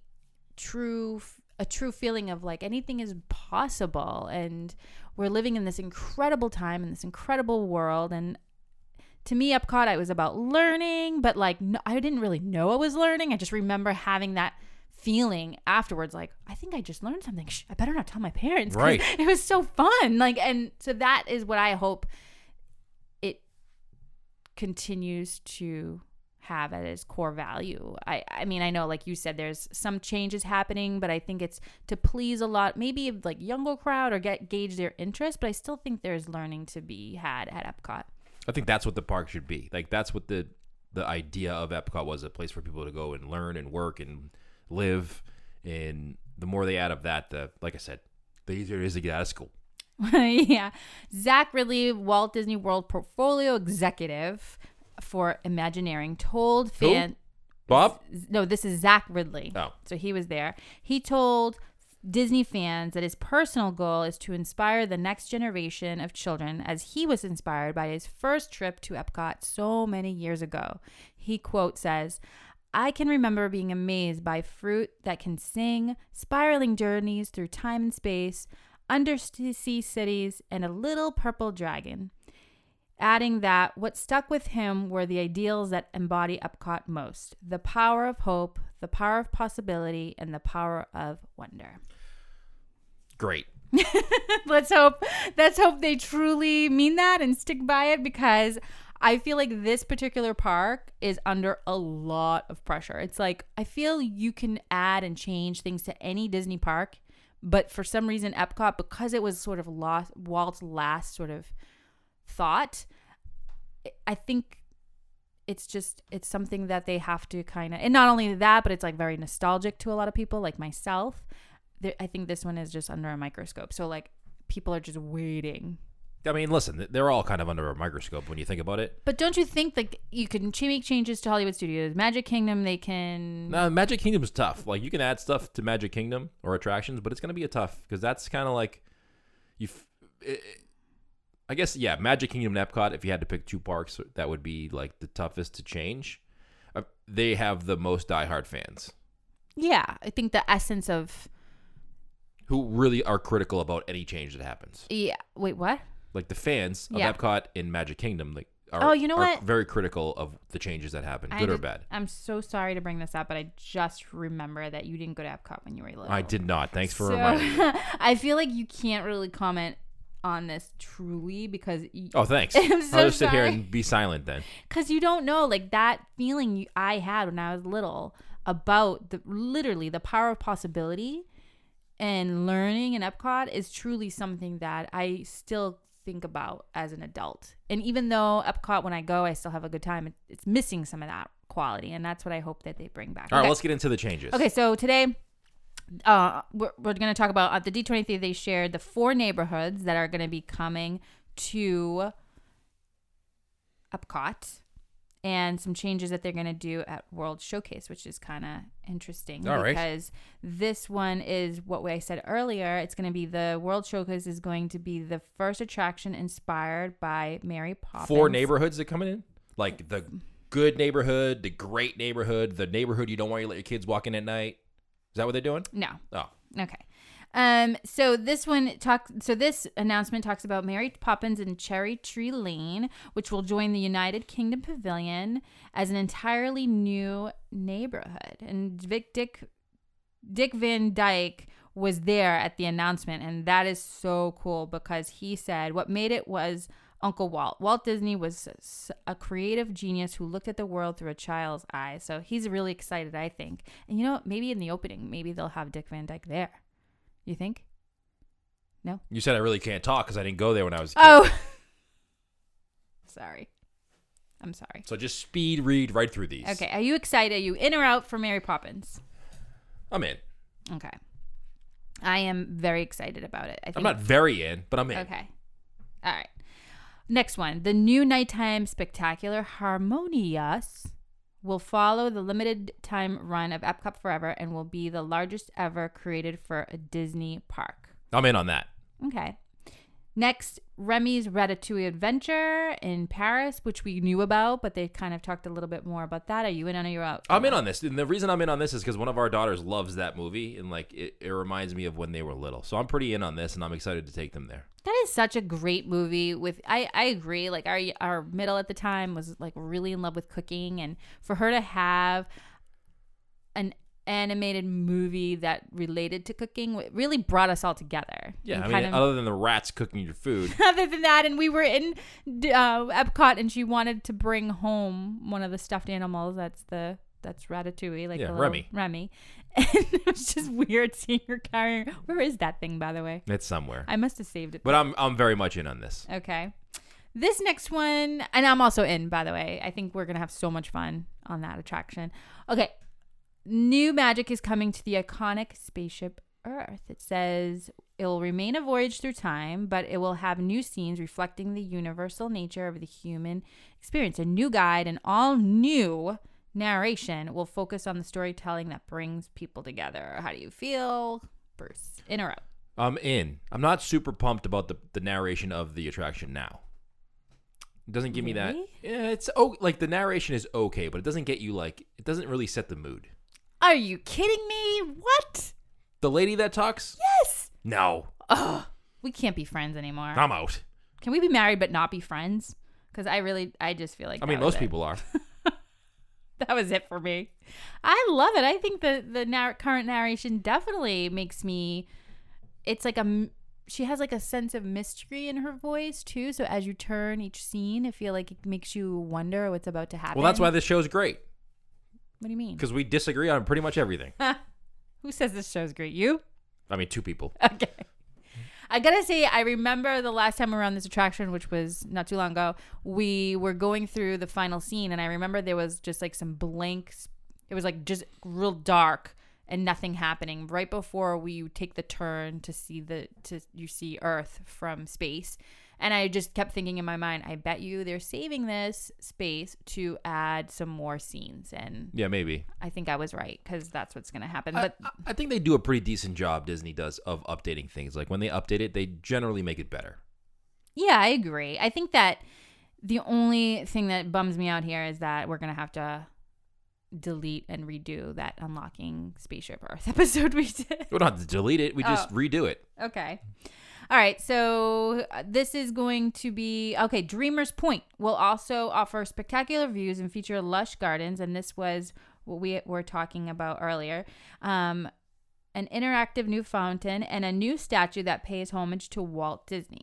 [SPEAKER 2] true a true feeling of like anything is possible and we're living in this incredible time in this incredible world and to me epcot it was about learning but like no, i didn't really know i was learning i just remember having that feeling afterwards like i think i just learned something Shh, i better not tell my parents 'cause
[SPEAKER 3] Right.
[SPEAKER 2] [laughs] it was so fun like and so that is what i hope it continues to have at its core value. I, I mean, I know, like you said, there's some changes happening, but I think it's to please a lot, maybe of, like younger crowd or get gauge their interest. But I still think there's learning to be had at Epcot. [laughs]
[SPEAKER 3] I think that's what the park should be. Like that's what the the idea of Epcot was a place for people to go and learn and work and live. And the more they add of that, the like I said, the easier it is to get out of school.
[SPEAKER 2] yeah. Zach Ridley, Walt Disney World portfolio executive for Imagineering, told fan
[SPEAKER 3] Bob?
[SPEAKER 2] no, this is Zach Ridley.
[SPEAKER 3] Oh.
[SPEAKER 2] So he was there. He told Disney fans that his personal goal is to inspire the next generation of children as he was inspired by his first trip to Epcot so many years ago. He quote says, I can remember being amazed by fruit that can sing, spiraling journeys through time and space, undersea cities, and a little purple dragon adding that what stuck with him were the ideals that embody Epcot most the power of hope, the power of possibility, and the power of wonder. [laughs]
[SPEAKER 3] Great.
[SPEAKER 2] let's hope let's hope they truly mean that and stick by it because I feel like this particular park is under a lot of pressure. It's like I feel you can add and change things to any Disney park, but for some reason Epcot because it was sort of lost Walt's last sort of thought, I- I think it's just it's something that they have to kind of and not only that but it's like very nostalgic to a lot of people like myself there, i think this one is just under a microscope so like people are just waiting
[SPEAKER 3] I mean, listen, th- they're all kind of under a microscope when you think about it.
[SPEAKER 2] but don't you think like you can ch- make changes to hollywood studios magic kingdom they can
[SPEAKER 3] Now, Magic Kingdom is tough. Like you can add stuff to Magic Kingdom or attractions, but it's gonna be a tough because that's kind of like you. F- it, it- I guess yeah, Magic Kingdom and Epcot. If you had to pick two parks, that would be like the toughest to change. Uh, they have the most diehard fans
[SPEAKER 2] yeah i think the essence of
[SPEAKER 3] who really are critical about any change that happens.
[SPEAKER 2] yeah wait what
[SPEAKER 3] Like the fans of
[SPEAKER 2] Yeah.
[SPEAKER 3] Epcot and Magic Kingdom, like are,
[SPEAKER 2] Oh, you know
[SPEAKER 3] are
[SPEAKER 2] what?
[SPEAKER 3] very critical of the changes that happen,
[SPEAKER 2] I
[SPEAKER 3] good or
[SPEAKER 2] just-
[SPEAKER 3] bad.
[SPEAKER 2] i'm so sorry to bring this up but i just remember that you didn't go to epcot when you were little
[SPEAKER 3] I did not. Thanks for
[SPEAKER 2] So,
[SPEAKER 3] reminding. me.
[SPEAKER 2] [laughs] I feel like you can't really comment on this truly because y-
[SPEAKER 3] Oh, thanks.
[SPEAKER 2] [laughs] I'm so
[SPEAKER 3] I'll just sit here
[SPEAKER 2] sorry.
[SPEAKER 3] and be silent then.
[SPEAKER 2] cause you don't know like that feeling you, I had when I was little about the literally the power of possibility and learning in Epcot is truly something that I still think about as an adult. And even though Epcot when I go I still have a good time, it- it's missing some of that quality and that's what I hope that they bring back.
[SPEAKER 3] All right,
[SPEAKER 2] Okay.
[SPEAKER 3] let's get into the changes.
[SPEAKER 2] Okay, so today, uh, we're, we're going to talk about at the D23, they shared the four neighborhoods that are going to be coming to Epcot and some changes that they're going to do at World Showcase, which is kind of interesting
[SPEAKER 3] All right.
[SPEAKER 2] because this one is what I said earlier. It's going to be the World Showcase is going to be the first attraction inspired by Mary Poppins.
[SPEAKER 3] four neighborhoods that coming in, like the good neighborhood, the great neighborhood, the neighborhood you don't want to let your kids walk in at night. Is that what they're doing?
[SPEAKER 2] No.
[SPEAKER 3] Oh,
[SPEAKER 2] Okay. Um, so this one talks. So this announcement talks about Mary Poppins and Cherry Tree Lane, which will join the United Kingdom Pavilion as an entirely new neighborhood. And Vic Dick Dick Van Dyke was there at the announcement, and that is so cool because he said what made it was Uncle Walt. Walt Disney was s- a creative genius who looked at the world through a child's eyes. So he's really excited, I think. And you know, what? maybe in the opening, maybe they'll have Dick Van Dyke there. You think? No.
[SPEAKER 3] you said I really can't talk because I didn't go there when I was a kid.
[SPEAKER 2] Oh, [laughs] sorry. I'm sorry.
[SPEAKER 3] So just speed read right through these.
[SPEAKER 2] Okay, are you excited? Are you in or out for Mary Poppins?
[SPEAKER 3] I'm in.
[SPEAKER 2] Okay, I am very excited about it. I think
[SPEAKER 3] I'm not very in, but I'm in.
[SPEAKER 2] Okay. All right. Next one. The new nighttime spectacular Harmonious will follow the limited time run of Epcot Forever and will be the largest ever created for a Disney park.
[SPEAKER 3] I'm in on that.
[SPEAKER 2] Okay. Next, Remy's Ratatouille Adventure in Paris, which we knew about, but they kind of talked a little bit more about that. Are you in or are you out?
[SPEAKER 3] I'm in on this, and the reason I'm in on this is because one of our daughters loves that movie, and like it, it reminds me of when they were little. So I'm pretty in on this, and I'm excited to take them there.
[SPEAKER 2] That is such a great movie. With I, I agree. Like our our middle at the time was like really in love with cooking, and for her to have an animated movie that related to cooking w- really brought us all together.
[SPEAKER 3] Yeah,
[SPEAKER 2] And
[SPEAKER 3] I
[SPEAKER 2] kind
[SPEAKER 3] mean,
[SPEAKER 2] of-
[SPEAKER 3] other than the rats cooking your food,
[SPEAKER 2] [laughs]
[SPEAKER 3] [laughs]
[SPEAKER 2] other than that, and we were in d- uh, Epcot, and she wanted to bring home one of the stuffed animals. That's the that's Ratatouille, like
[SPEAKER 3] Yeah,
[SPEAKER 2] the little
[SPEAKER 3] Remy.
[SPEAKER 2] Remy, [laughs] and it was just weird seeing her carrying. Where is that thing, by the way?
[SPEAKER 3] it's somewhere.
[SPEAKER 2] I must have saved it.
[SPEAKER 3] But I'm I'm very much in on this.
[SPEAKER 2] Okay. This next one, and I'm also in, by the way. I think we're going to have so much fun on that attraction. Okay. New magic is coming to the iconic spaceship Earth. It says it will remain a voyage through time, but it will have new scenes reflecting the universal nature of the human experience, a new guide, and all new narration will focus on the storytelling that brings people together. How do you feel, Bruce? In or out?
[SPEAKER 3] I'm in. I'm not super pumped about the, the narration of the attraction now. It doesn't give me that.
[SPEAKER 2] Really?
[SPEAKER 3] Yeah, it's oh, like the narration is okay, but it doesn't get you like it doesn't really set the mood.
[SPEAKER 2] Are you kidding me? What?
[SPEAKER 3] The lady that talks?
[SPEAKER 2] Yes.
[SPEAKER 3] No,
[SPEAKER 2] We can't be friends anymore.
[SPEAKER 3] I'm out.
[SPEAKER 2] Can we be married but not be friends? Because I really, I just feel like that
[SPEAKER 3] I mean,
[SPEAKER 2] was
[SPEAKER 3] most
[SPEAKER 2] it.
[SPEAKER 3] people are.
[SPEAKER 2] [laughs] That was it for me. I love it. I think the the nar- current narration definitely makes me. It's like a m- she has like a sense of mystery in her voice too. So as you turn each scene, I feel like it makes you wonder what's about to happen.
[SPEAKER 3] Well, that's why this show's great
[SPEAKER 2] What do you mean?
[SPEAKER 3] because we disagree on pretty much everything.
[SPEAKER 2] Who says this show's great? You?
[SPEAKER 3] I mean,
[SPEAKER 2] [laughs]
[SPEAKER 3] two people.
[SPEAKER 2] Okay. I gotta say, I remember the last time we were on this attraction, which was not too long ago. We were going through the final scene, and I remember there was just like some blank. s- It was like just real dark and nothing happening right before we take the turn to see the to you see Earth from space. And I just kept thinking in my mind, I bet you they're saving this space to add some more scenes, and
[SPEAKER 3] Yeah, maybe.
[SPEAKER 2] I think I was right because that's what's gonna happen.
[SPEAKER 3] I-
[SPEAKER 2] But
[SPEAKER 3] I, I think they do a pretty decent job. Disney does of updating things. Like when they update it, they generally make it better.
[SPEAKER 2] Yeah, I agree. I think that the only thing that bums me out here is that we're gonna have to delete and redo that unlocking spaceship Earth [laughs] episode we did.
[SPEAKER 3] We don't have to delete it. We just
[SPEAKER 2] Oh.
[SPEAKER 3] redo it.
[SPEAKER 2] Okay. All right, so uh, this is going to be okay. Dreamer's Point will also offer spectacular views and feature lush gardens, and this was what we were talking about earlier. Um, an interactive new fountain and a new statue that pays homage to Walt Disney.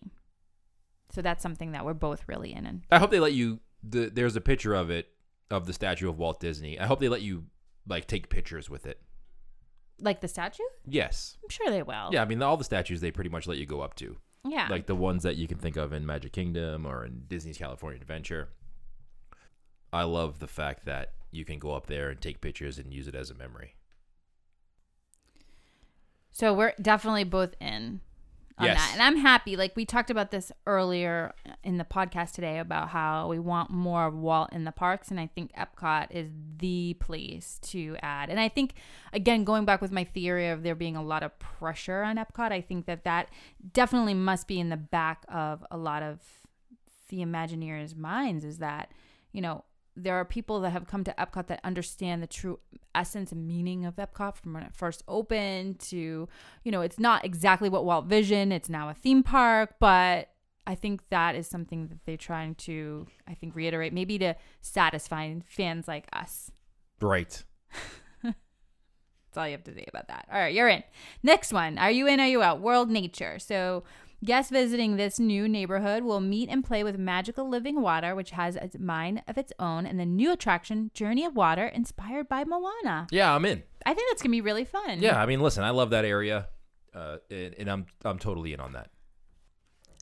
[SPEAKER 2] So that's something that we're both really in. And
[SPEAKER 3] I hope they let you. The, there's a picture of it of the statue of Walt Disney. I hope they let you like take pictures with it.
[SPEAKER 2] like the statue,
[SPEAKER 3] Yes.
[SPEAKER 2] I'm sure they will.
[SPEAKER 3] Yeah, I mean all the statues they pretty much let you go up to,
[SPEAKER 2] yeah.
[SPEAKER 3] like the ones that you can think of in Magic Kingdom or in Disney's California Adventure. I love the fact that you can go up there and take pictures and use it as a memory.
[SPEAKER 2] So we're definitely both in on
[SPEAKER 3] Yes.
[SPEAKER 2] that. And I'm happy. Like we talked about this earlier in the podcast today about how we want more of Walt in the parks. And I think Epcot is the place to add. And I think, again, going back with my theory of there being a lot of pressure on Epcot, I think that that definitely must be in the back of a lot of the Imagineers' minds is that, you know, there are people that have come to Epcot that understand the true essence and meaning of Epcot from when it first opened to, you know, it's not exactly what Walt Vision, it's now a theme park, but I think that is something that they're trying to, I think, reiterate, maybe to satisfy fans like us.
[SPEAKER 3] Right.
[SPEAKER 2] That's all you have to say about that. All right, you're in. Next one. Are you in? Are you out? World Nature. So, guests visiting this new neighborhood will meet and play with magical living water, which has a mind of its own, and the new attraction, Journey of Water, inspired by Moana.
[SPEAKER 3] Yeah, I'm in.
[SPEAKER 2] I think that's going to be really fun.
[SPEAKER 3] Yeah, I mean, listen, I love that area, uh, and, and I'm I'm totally in on that.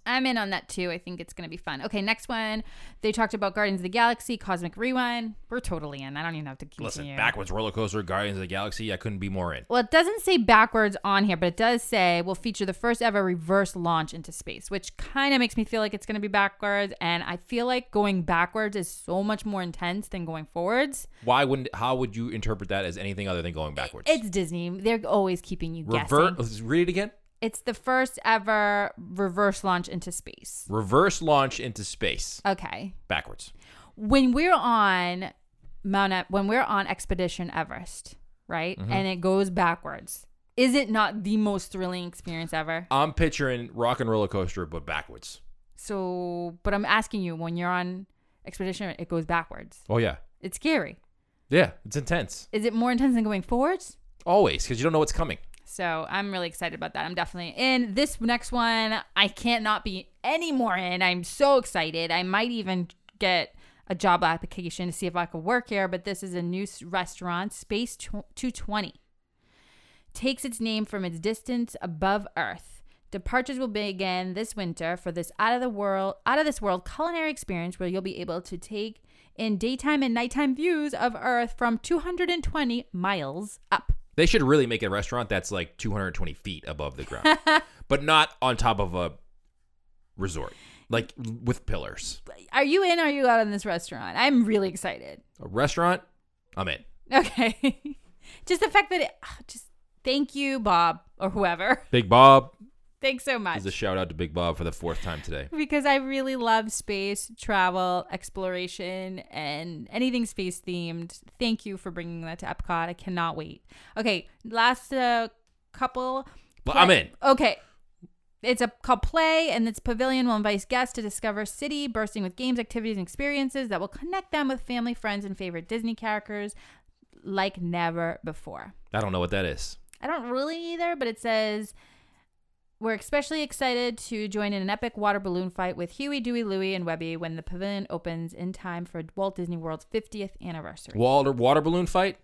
[SPEAKER 2] I'm in on that too. I think it's going to be fun. Okay, next one. They talked about Guardians of the Galaxy, Cosmic Rewind. We're totally in. I don't even have to continue.
[SPEAKER 3] Listen, backwards roller coaster, Guardians of the Galaxy, I couldn't be more in.
[SPEAKER 2] Well, it doesn't say backwards on here, but it does say will feature the first ever reverse launch into space, which kind of makes me feel like it's going to be backwards. And I feel like going backwards is so much more intense than going forwards.
[SPEAKER 3] Why wouldn't? How would you interpret that as anything other than going backwards?
[SPEAKER 2] It's Disney. They're always keeping you
[SPEAKER 3] Rever-
[SPEAKER 2] guessing.
[SPEAKER 3] let's Read it again.
[SPEAKER 2] It's the first ever reverse launch into space.
[SPEAKER 3] Reverse launch into space
[SPEAKER 2] Okay.
[SPEAKER 3] backwards.
[SPEAKER 2] when we're on Mount E- when we're on Expedition Everest, right?
[SPEAKER 3] Mm-hmm.
[SPEAKER 2] And it goes backwards. Is it not the most thrilling experience ever?
[SPEAKER 3] I'm picturing rock and roller coaster, but backwards.
[SPEAKER 2] So, but I'm asking you, when you're on Expedition, it goes backwards.
[SPEAKER 3] Oh yeah,
[SPEAKER 2] It's scary.
[SPEAKER 3] yeah, it's intense
[SPEAKER 2] Is it more intense than going forwards?
[SPEAKER 3] always because you don't know what's coming.
[SPEAKER 2] So I'm really excited about that. I'm definitely in this next one. I can't not be any more in. I'm so excited. I might even get a job application to see if I could work here. But this is a new s- restaurant, Space Tw- 220. Takes its name from its distance above Earth. Departures will begin this winter for this out of the world, out of this world culinary experience where you'll be able to take in daytime and nighttime views of Earth from 220 miles up.
[SPEAKER 3] They should really make a restaurant that's like 220 feet above the ground, but not on top of a resort, like with pillars.
[SPEAKER 2] are you in? Are you out in this restaurant? I'm really excited. [laughs]
[SPEAKER 3] A restaurant, I'm in.
[SPEAKER 2] Okay. just the fact that it, ah, just thank you, Bob or whoever. [laughs]
[SPEAKER 3] Big Bob
[SPEAKER 2] Thanks so much.
[SPEAKER 3] is a shout out to Big Bob for the fourth time today.
[SPEAKER 2] because I really love space travel, exploration, and anything space themed. Thank you for bringing that to Epcot. I cannot wait. Okay, last uh, couple.
[SPEAKER 3] Well, I'm in.
[SPEAKER 2] Okay. It's a called Play, and its pavilion will invite guests to discover city bursting with games, activities, and experiences that will connect them with family, friends, and favorite Disney characters like never before.
[SPEAKER 3] I don't know what that is.
[SPEAKER 2] I don't really either, but it says we're especially excited to join in an epic water balloon fight with Huey, Dewey, Louie, and Webby when the pavilion opens in time for Walt Disney World's 50th anniversary.
[SPEAKER 3] Water water balloon fight?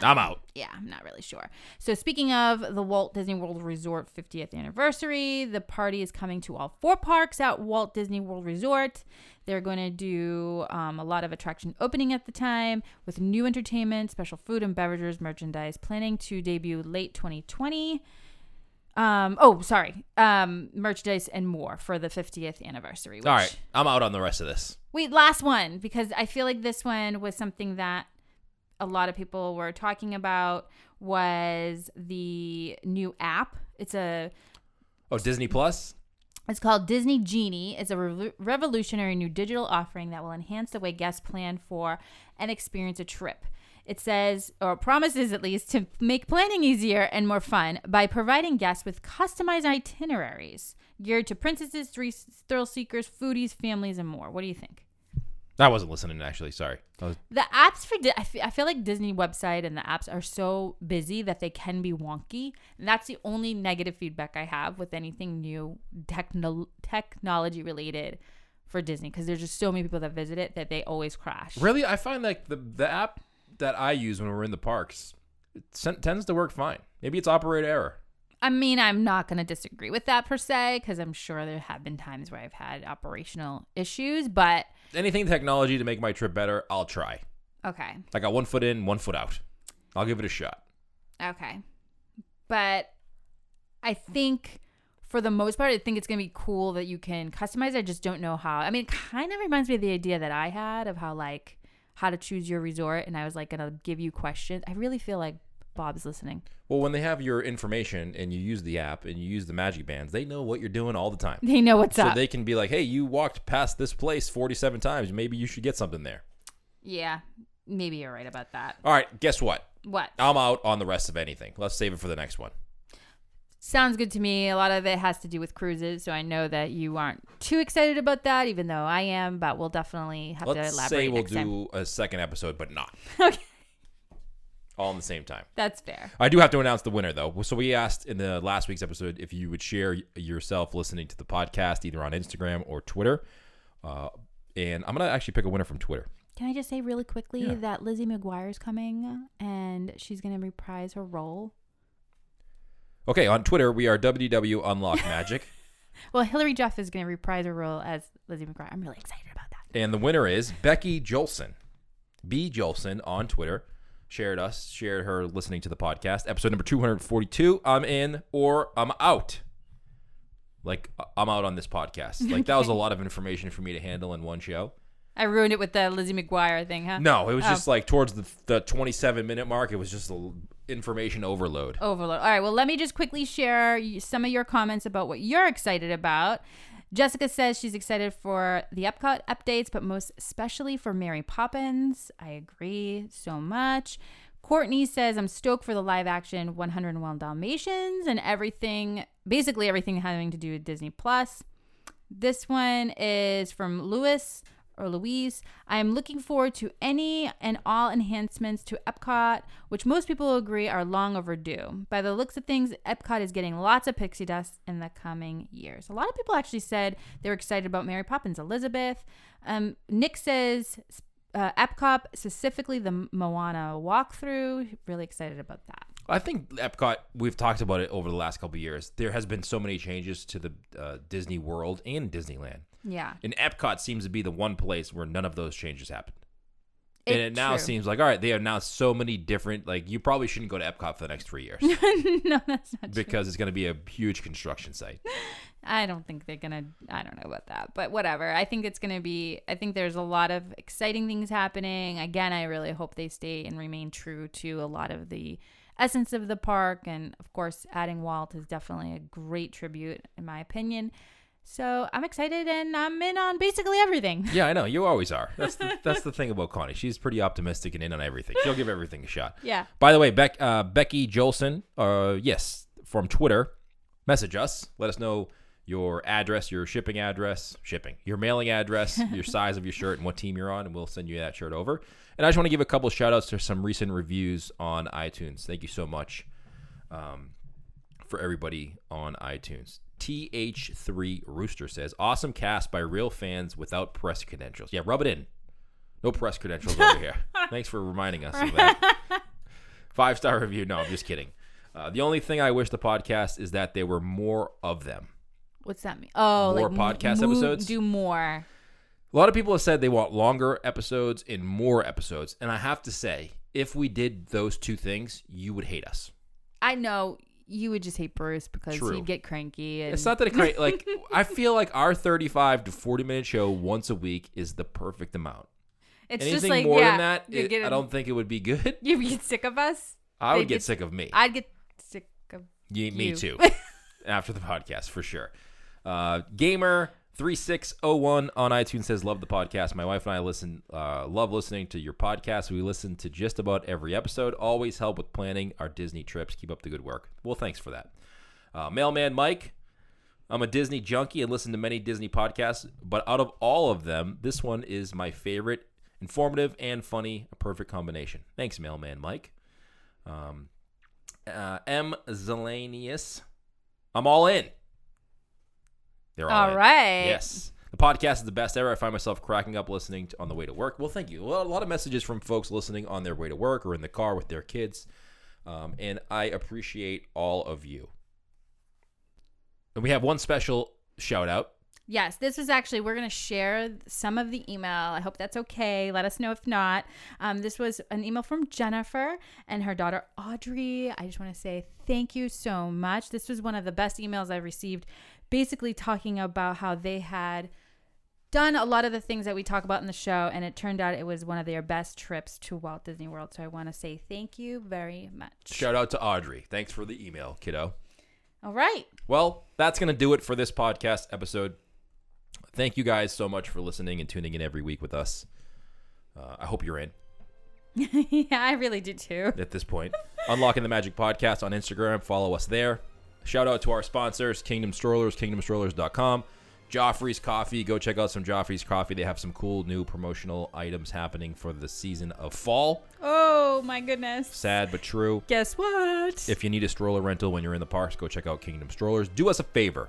[SPEAKER 3] I'm out.
[SPEAKER 2] Um, Yeah, I'm not really sure. So, speaking of the Walt Disney World Resort 50th anniversary, the party is coming to all four parks at Walt Disney World Resort. They're going to do um, a lot of attraction opening at the time with new entertainment, special food and beverages, merchandise, planning to debut late 2020. Um, oh, sorry, um, merchandise and more for the 50th anniversary. Which,
[SPEAKER 3] All right, I'm out on the rest of this.
[SPEAKER 2] Wait, last one because I feel like this one was something that a lot of people were talking about was the new app. It's a
[SPEAKER 3] Oh, Disney Plus?
[SPEAKER 2] it's called Disney Genie. It's a rev- revolutionary new digital offering that will enhance the way guests plan for and experience a trip. It says, or promises at least, to make planning easier and more fun by providing guests with customized itineraries geared to princesses, three thrill seekers, foodies, families, and more. What do you think?
[SPEAKER 3] I wasn't listening actually. Sorry. I was-
[SPEAKER 2] The apps for Di- I fe- I feel like Disney website and the apps are so busy that they can be wonky, and that's the only negative feedback I have with anything new techno- technology related for Disney because there's just so many people that visit it that they always crash.
[SPEAKER 3] really, I find like the the app that I use when we're in the parks it sen- tends to work fine. Maybe it's operator error.
[SPEAKER 2] I mean, I'm not going to disagree with that per se because I'm sure there have been times where I've had operational issues, but
[SPEAKER 3] Anything technology to make my trip better, I'll try.
[SPEAKER 2] okay,
[SPEAKER 3] I got one foot in, one foot out. I'll give it a shot.
[SPEAKER 2] Okay. But I think for the most part, I think it's going to be cool that you can customize. I just don't know how. I mean, it kind of reminds me of the idea that I had of how, like, how to choose your resort. And I was like, going to give you questions. I really feel like Bob's listening. [laughs]
[SPEAKER 3] Well, when they have your information and you use the app and you use the magic bands, they know what you're doing all the time.
[SPEAKER 2] They know what's
[SPEAKER 3] So
[SPEAKER 2] up.
[SPEAKER 3] they can be like, "Hey, you walked past this place 47 times. Maybe you should get something there."
[SPEAKER 2] yeah. Maybe you're right about that.
[SPEAKER 3] All right, guess what?
[SPEAKER 2] What?
[SPEAKER 3] I'm out on the rest of anything. Let's save it for the next one.
[SPEAKER 2] Sounds good to me. A lot of it has to do with cruises. So I know that you aren't too excited about that, even though I am. But we'll definitely have to
[SPEAKER 3] Let's
[SPEAKER 2] elaborate
[SPEAKER 3] say we'll
[SPEAKER 2] next time.
[SPEAKER 3] do a second episode, but not.
[SPEAKER 2] [laughs] Okay.
[SPEAKER 3] All in the same time.
[SPEAKER 2] That's fair.
[SPEAKER 3] I do have to announce the winner, though. So we asked in the last week's episode if you would share yourself listening to the podcast either on Instagram or Twitter. Uh, and I'm gonna actually pick a winner from Twitter.
[SPEAKER 2] Can I just say really quickly that Lizzie McGuire's coming and she's going to reprise her role?
[SPEAKER 3] Okay, on Twitter we are WW Unlock
[SPEAKER 2] [laughs]
[SPEAKER 3] Magic,
[SPEAKER 2] Well, Hilary Duff is going to reprise her role as Lizzie McGuire. I'm really excited about that.
[SPEAKER 3] and the winner is Becky Jolson, B Jolson on Twitter. Shared us, shared her listening to the podcast, episode number 242. I'm in or I'm out. Like uh, I'm out on this podcast. Like that was a lot of information for me to handle in one show.
[SPEAKER 2] I ruined it with the Lizzie McGuire thing, huh?
[SPEAKER 3] No, it was
[SPEAKER 2] Oh.
[SPEAKER 3] just like towards the, the 27 minute mark. It was just a l- information overload.
[SPEAKER 2] Overload. All right. Well, let me just quickly share y- some of your comments about what you're excited about. Jessica says she's excited for the Epcot updates, but most especially for Mary Poppins. I agree so much. Courtney says, I'm stoked for the live action 101 Dalmatians and everything, basically everything having to do with Disney Plus. This one is from Louis or Louise. I am looking forward to any and all enhancements to Epcot, which most people agree are long overdue. By the looks of things, Epcot is getting lots of pixie dust in the coming years. A lot of people actually said they were excited about Mary Poppins Elizabeth. Um, Nick says uh, Epcot, specifically the Moana walkthrough, really excited about that.
[SPEAKER 3] I think Epcot, we've talked about it over the last couple of years. There has been so many changes to the uh, Disney World and Disneyland.
[SPEAKER 2] Yeah.
[SPEAKER 3] And Epcot seems to be the one place where none of those changes happened. and
[SPEAKER 2] It-
[SPEAKER 3] it now
[SPEAKER 2] true.
[SPEAKER 3] seems like, all right, they have now so many different, like, you
[SPEAKER 2] [laughs]
[SPEAKER 3] probably shouldn't go to Epcot for the next three years
[SPEAKER 2] [laughs] no, that's not true.
[SPEAKER 3] because it's going to be a huge construction site.
[SPEAKER 2] I don't think they're gonna. I don't know about that, but whatever. I think it's gonna be. I think there's a lot of exciting things happening. Again, I really hope they stay and remain true to a lot of the essence of the park, and of course, adding Walt is definitely a great tribute, in my opinion. So I'm excited, and I'm in on basically everything. [laughs]
[SPEAKER 3] Yeah, I know. You always are. That's the, that's the thing about Connie. She's pretty optimistic and in on everything. She'll give everything a shot.
[SPEAKER 2] Yeah.
[SPEAKER 3] By the way, Beck, uh, Becky Jolson, uh, yes, from Twitter, message us. Let us know your address, your shipping address, shipping, your mailing address, your size of your shirt, and what team you're on, and we'll send you that shirt over. And I just want to give a couple shout outs to some recent reviews on iTunes. Thank you so much um, for everybody on iTunes. TH3 Rooster says, awesome cast by real fans without press credentials. Yeah, rub it in. No press credentials over here. Thanks for reminding us of that. Five star review. No, I'm just kidding. Uh, the only thing I wish the podcast is that there were more of them.
[SPEAKER 2] What's that mean? Oh,
[SPEAKER 3] More
[SPEAKER 2] like
[SPEAKER 3] podcast
[SPEAKER 2] mo-
[SPEAKER 3] episodes?
[SPEAKER 2] Do more.
[SPEAKER 3] A lot of people have said they want longer episodes and more episodes. And I have to say, if we did those two things, you would hate us.
[SPEAKER 2] I know you would just hate Bruce because
[SPEAKER 3] True.
[SPEAKER 2] he'd get cranky. And
[SPEAKER 3] It's not that it cra- like
[SPEAKER 2] [laughs]
[SPEAKER 3] I feel like our 35 to 40 minute show once a week is the perfect amount.
[SPEAKER 2] it's
[SPEAKER 3] Anything
[SPEAKER 2] just like
[SPEAKER 3] more
[SPEAKER 2] yeah,
[SPEAKER 3] than that,
[SPEAKER 2] you're
[SPEAKER 3] it- I
[SPEAKER 2] getting- [laughs]
[SPEAKER 3] don't think it would be good.
[SPEAKER 2] You'd get sick of us.
[SPEAKER 3] I would
[SPEAKER 2] They'd
[SPEAKER 3] get,
[SPEAKER 2] get-
[SPEAKER 3] sick of me.
[SPEAKER 2] I'd get sick of.
[SPEAKER 3] Ye- me
[SPEAKER 2] you.
[SPEAKER 3] too. After the podcast, for sure. Uh, Gamer three six zero one on iTunes says love the podcast. My wife and I listen, uh, love listening to your podcast. We listen to just about every episode. Always help with planning our Disney trips. Keep up the good work. Well, thanks for that. Uh, Mailman Mike, I'm a Disney junkie and listen to many Disney podcasts, but out of all of them, this one is my favorite. Informative and funny, a perfect combination. Thanks, Mailman Mike. Uh, M. Zelanius. I'm all in. They're all,
[SPEAKER 2] All
[SPEAKER 3] in.
[SPEAKER 2] right.
[SPEAKER 3] Yes. The podcast is the best ever. I find myself cracking up listening to, on the way to work. Well, thank you. A lot, a lot of messages from folks listening on their way to work or in the car with their kids. Um, and I appreciate all of you. And we have one special shout out.
[SPEAKER 2] Yes, this is actually, we're going to share some of the email. I hope that's okay. Let us know if not. Um, this was an email from Jennifer and her daughter Audrey. I just want to say thank you so much. This was one of the best emails I've received, basically talking about how they had done a lot of the things that we talk about in the show, and it turned out it was one of their best trips to Walt Disney World. So I want to say thank you very much.
[SPEAKER 3] Shout out to Audrey. Thanks for the email, kiddo.
[SPEAKER 2] All right. [laughs]
[SPEAKER 3] Well, that's going to do it for this podcast episode. Thank you guys so much for listening and tuning in every week with us. Uh, I hope you're in
[SPEAKER 2] yeah, I really do too.
[SPEAKER 3] at this point. Unlocking the Magic Podcast on Instagram. Follow us there. Shout out to our sponsors, Kingdom Strollers, kingdomstrollers.com. Joffrey's Coffee. Go check out some Joffrey's Coffee. They have some cool new promotional items happening for the season of fall.
[SPEAKER 2] Oh my goodness.
[SPEAKER 3] Sad but true.
[SPEAKER 2] Guess what?
[SPEAKER 3] If you need a stroller rental when you're in the parks, go check out Kingdom Strollers. Do us a favor.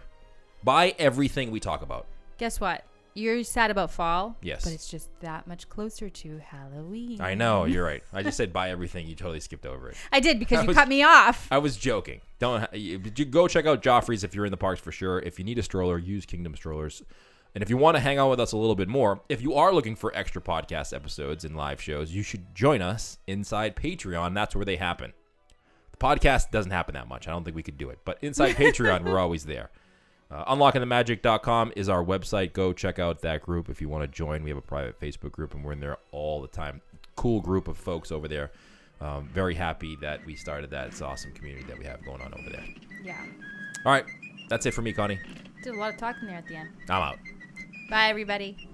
[SPEAKER 3] Buy everything we talk about.
[SPEAKER 2] Guess what? You're sad about fall.
[SPEAKER 3] Yes.
[SPEAKER 2] But it's just that much closer to Halloween.
[SPEAKER 3] I know, you're right. I just said buy everything. You totally skipped over it.
[SPEAKER 2] I did because
[SPEAKER 3] I
[SPEAKER 2] you
[SPEAKER 3] was-
[SPEAKER 2] cut me off.
[SPEAKER 3] I was joking. Don't ha- you you go check out Joffrey's if you're in the parks for sure. If you need a stroller, use Kingdom Strollers. And if you want to hang out with us a little bit more, if you are looking for extra podcast episodes and live shows, you should join us inside Patreon. That's where they happen. The podcast doesn't happen that much. I don't think we could do it, but inside Patreon, we're always there. Uh, unlockingthemagic.com is our website. Go check out that group if you want to join. We have a private Facebook group, and we're in there all the time. Cool group of folks over there. Um, very happy that we started that. It's an awesome community that we have going on over there.
[SPEAKER 2] Yeah.
[SPEAKER 3] All right, that's it for me, Connie.
[SPEAKER 2] Did a lot of talking there at the end.
[SPEAKER 3] I'm out.
[SPEAKER 2] Bye, everybody.